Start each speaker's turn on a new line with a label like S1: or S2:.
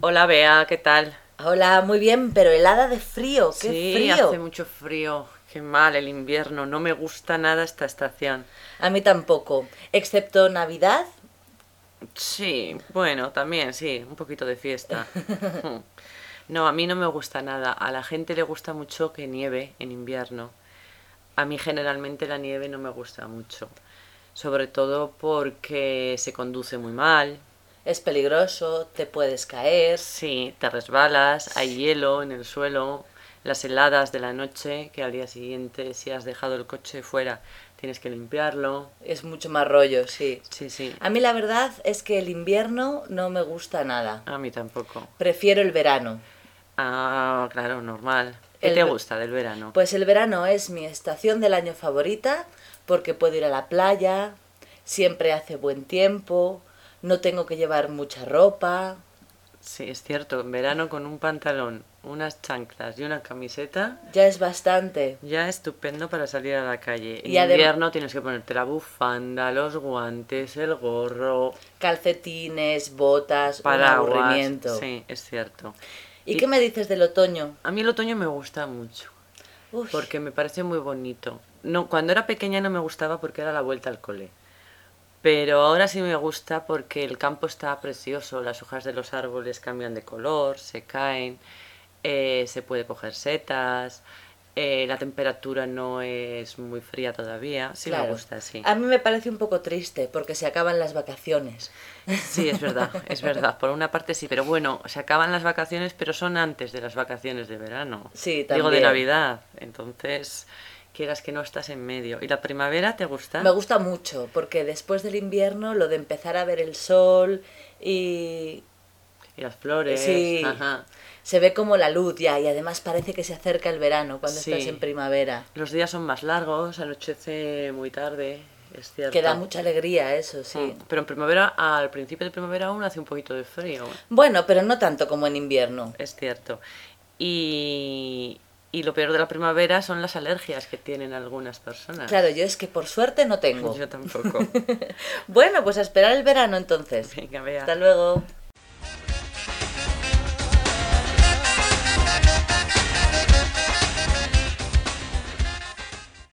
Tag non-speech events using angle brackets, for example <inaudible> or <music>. S1: Hola Bea, ¿qué tal?
S2: Hola, muy bien, pero helada de frío, qué
S1: sí,
S2: frío.
S1: hace mucho frío. Qué mal el invierno, no me gusta nada esta estación.
S2: A mí tampoco, excepto Navidad.
S1: Sí, bueno, también sí, un poquito de
S2: <laughs>
S1: fiesta. Mm. No, a mí no me gusta nada. A la gente le gusta mucho que nieve en invierno. A mí generalmente la nieve no me gusta mucho. Sobre todo porque se conduce muy mal.
S2: Es peligroso, te puedes caer.
S1: Sí, te resbalas, hay hielo en el suelo, las heladas de la noche, que al día siguiente si has dejado el coche fuera tienes que limpiarlo.
S2: Es mucho más rollo, sí.
S1: Sí, sí.
S2: A mí la verdad es que el invierno no me gusta nada.
S1: A mí tampoco.
S2: Prefiero el verano.
S1: Ah, claro, normal. ¿Qué
S2: El
S1: te
S2: ve-
S1: gusta del verano?
S2: Pues el verano es mi estación del año favorita porque puedo ir a la playa, siempre hace buen tiempo, no tengo que llevar mucha ropa.
S1: Sí, es cierto, en verano con un pantalón, unas chanclas y una camiseta
S2: Ya es bastante.
S1: ya estupendo para salir a la calle. En
S2: Y adem-
S1: invierno tienes que ponerte la bufanda, los guantes, el gorro,
S2: Calcetines, botas,
S1: paraguas.
S2: un aburrimiento.
S1: Sí, es cierto.
S2: ¿Y qué me dices del otoño?
S1: A mí el otoño me gusta mucho.
S2: Uy,
S1: porque me parece muy bonito. No, cuando era pequeña no me gustaba porque era la vuelta al cole. Pero ahora sí me gusta porque el campo está precioso, las hojas de los árboles cambian de color, se caen, eh, se puede coger setas, eh, la temperatura no es muy fría todavía. Sí me
S2: claro.
S1: gusta, sí.
S2: A mí me parece un poco triste porque se acaban las vacaciones.
S1: Sí, es verdad, es verdad. Por una parte sí, pero bueno, se acaban las vacaciones, pero son antes de las vacaciones de verano.
S2: Sí,
S1: Digo de
S2: también.
S1: Navidad. Entonces, quieras que no estás en medio. ¿Y la primavera te gusta?
S2: Me gusta mucho porque después del invierno lo de empezar a ver el sol y
S1: Y las flores.
S2: Sí.
S1: ajá.
S2: se ve como la luz ya y además parece que se acerca el verano cuando
S1: Sí.
S2: estás en primavera.
S1: Los días son más largos, anochece muy tarde, es cierto.
S2: Que da mucha alegría eso, sí.
S1: Mm, Pero en primavera, al principio de primavera aún hace un poquito de frío,
S2: Bueno, pero no tanto como en invierno.
S1: es cierto. Y, y lo peor de la primavera son las alergias que tienen algunas personas.
S2: Claro, yo es que por suerte no tengo.
S1: Ah. <laughs>
S2: <laughs>
S1: Yo tampoco.
S2: Bueno, pues a esperar el verano entonces.
S1: Venga, vea.
S2: Hasta luego.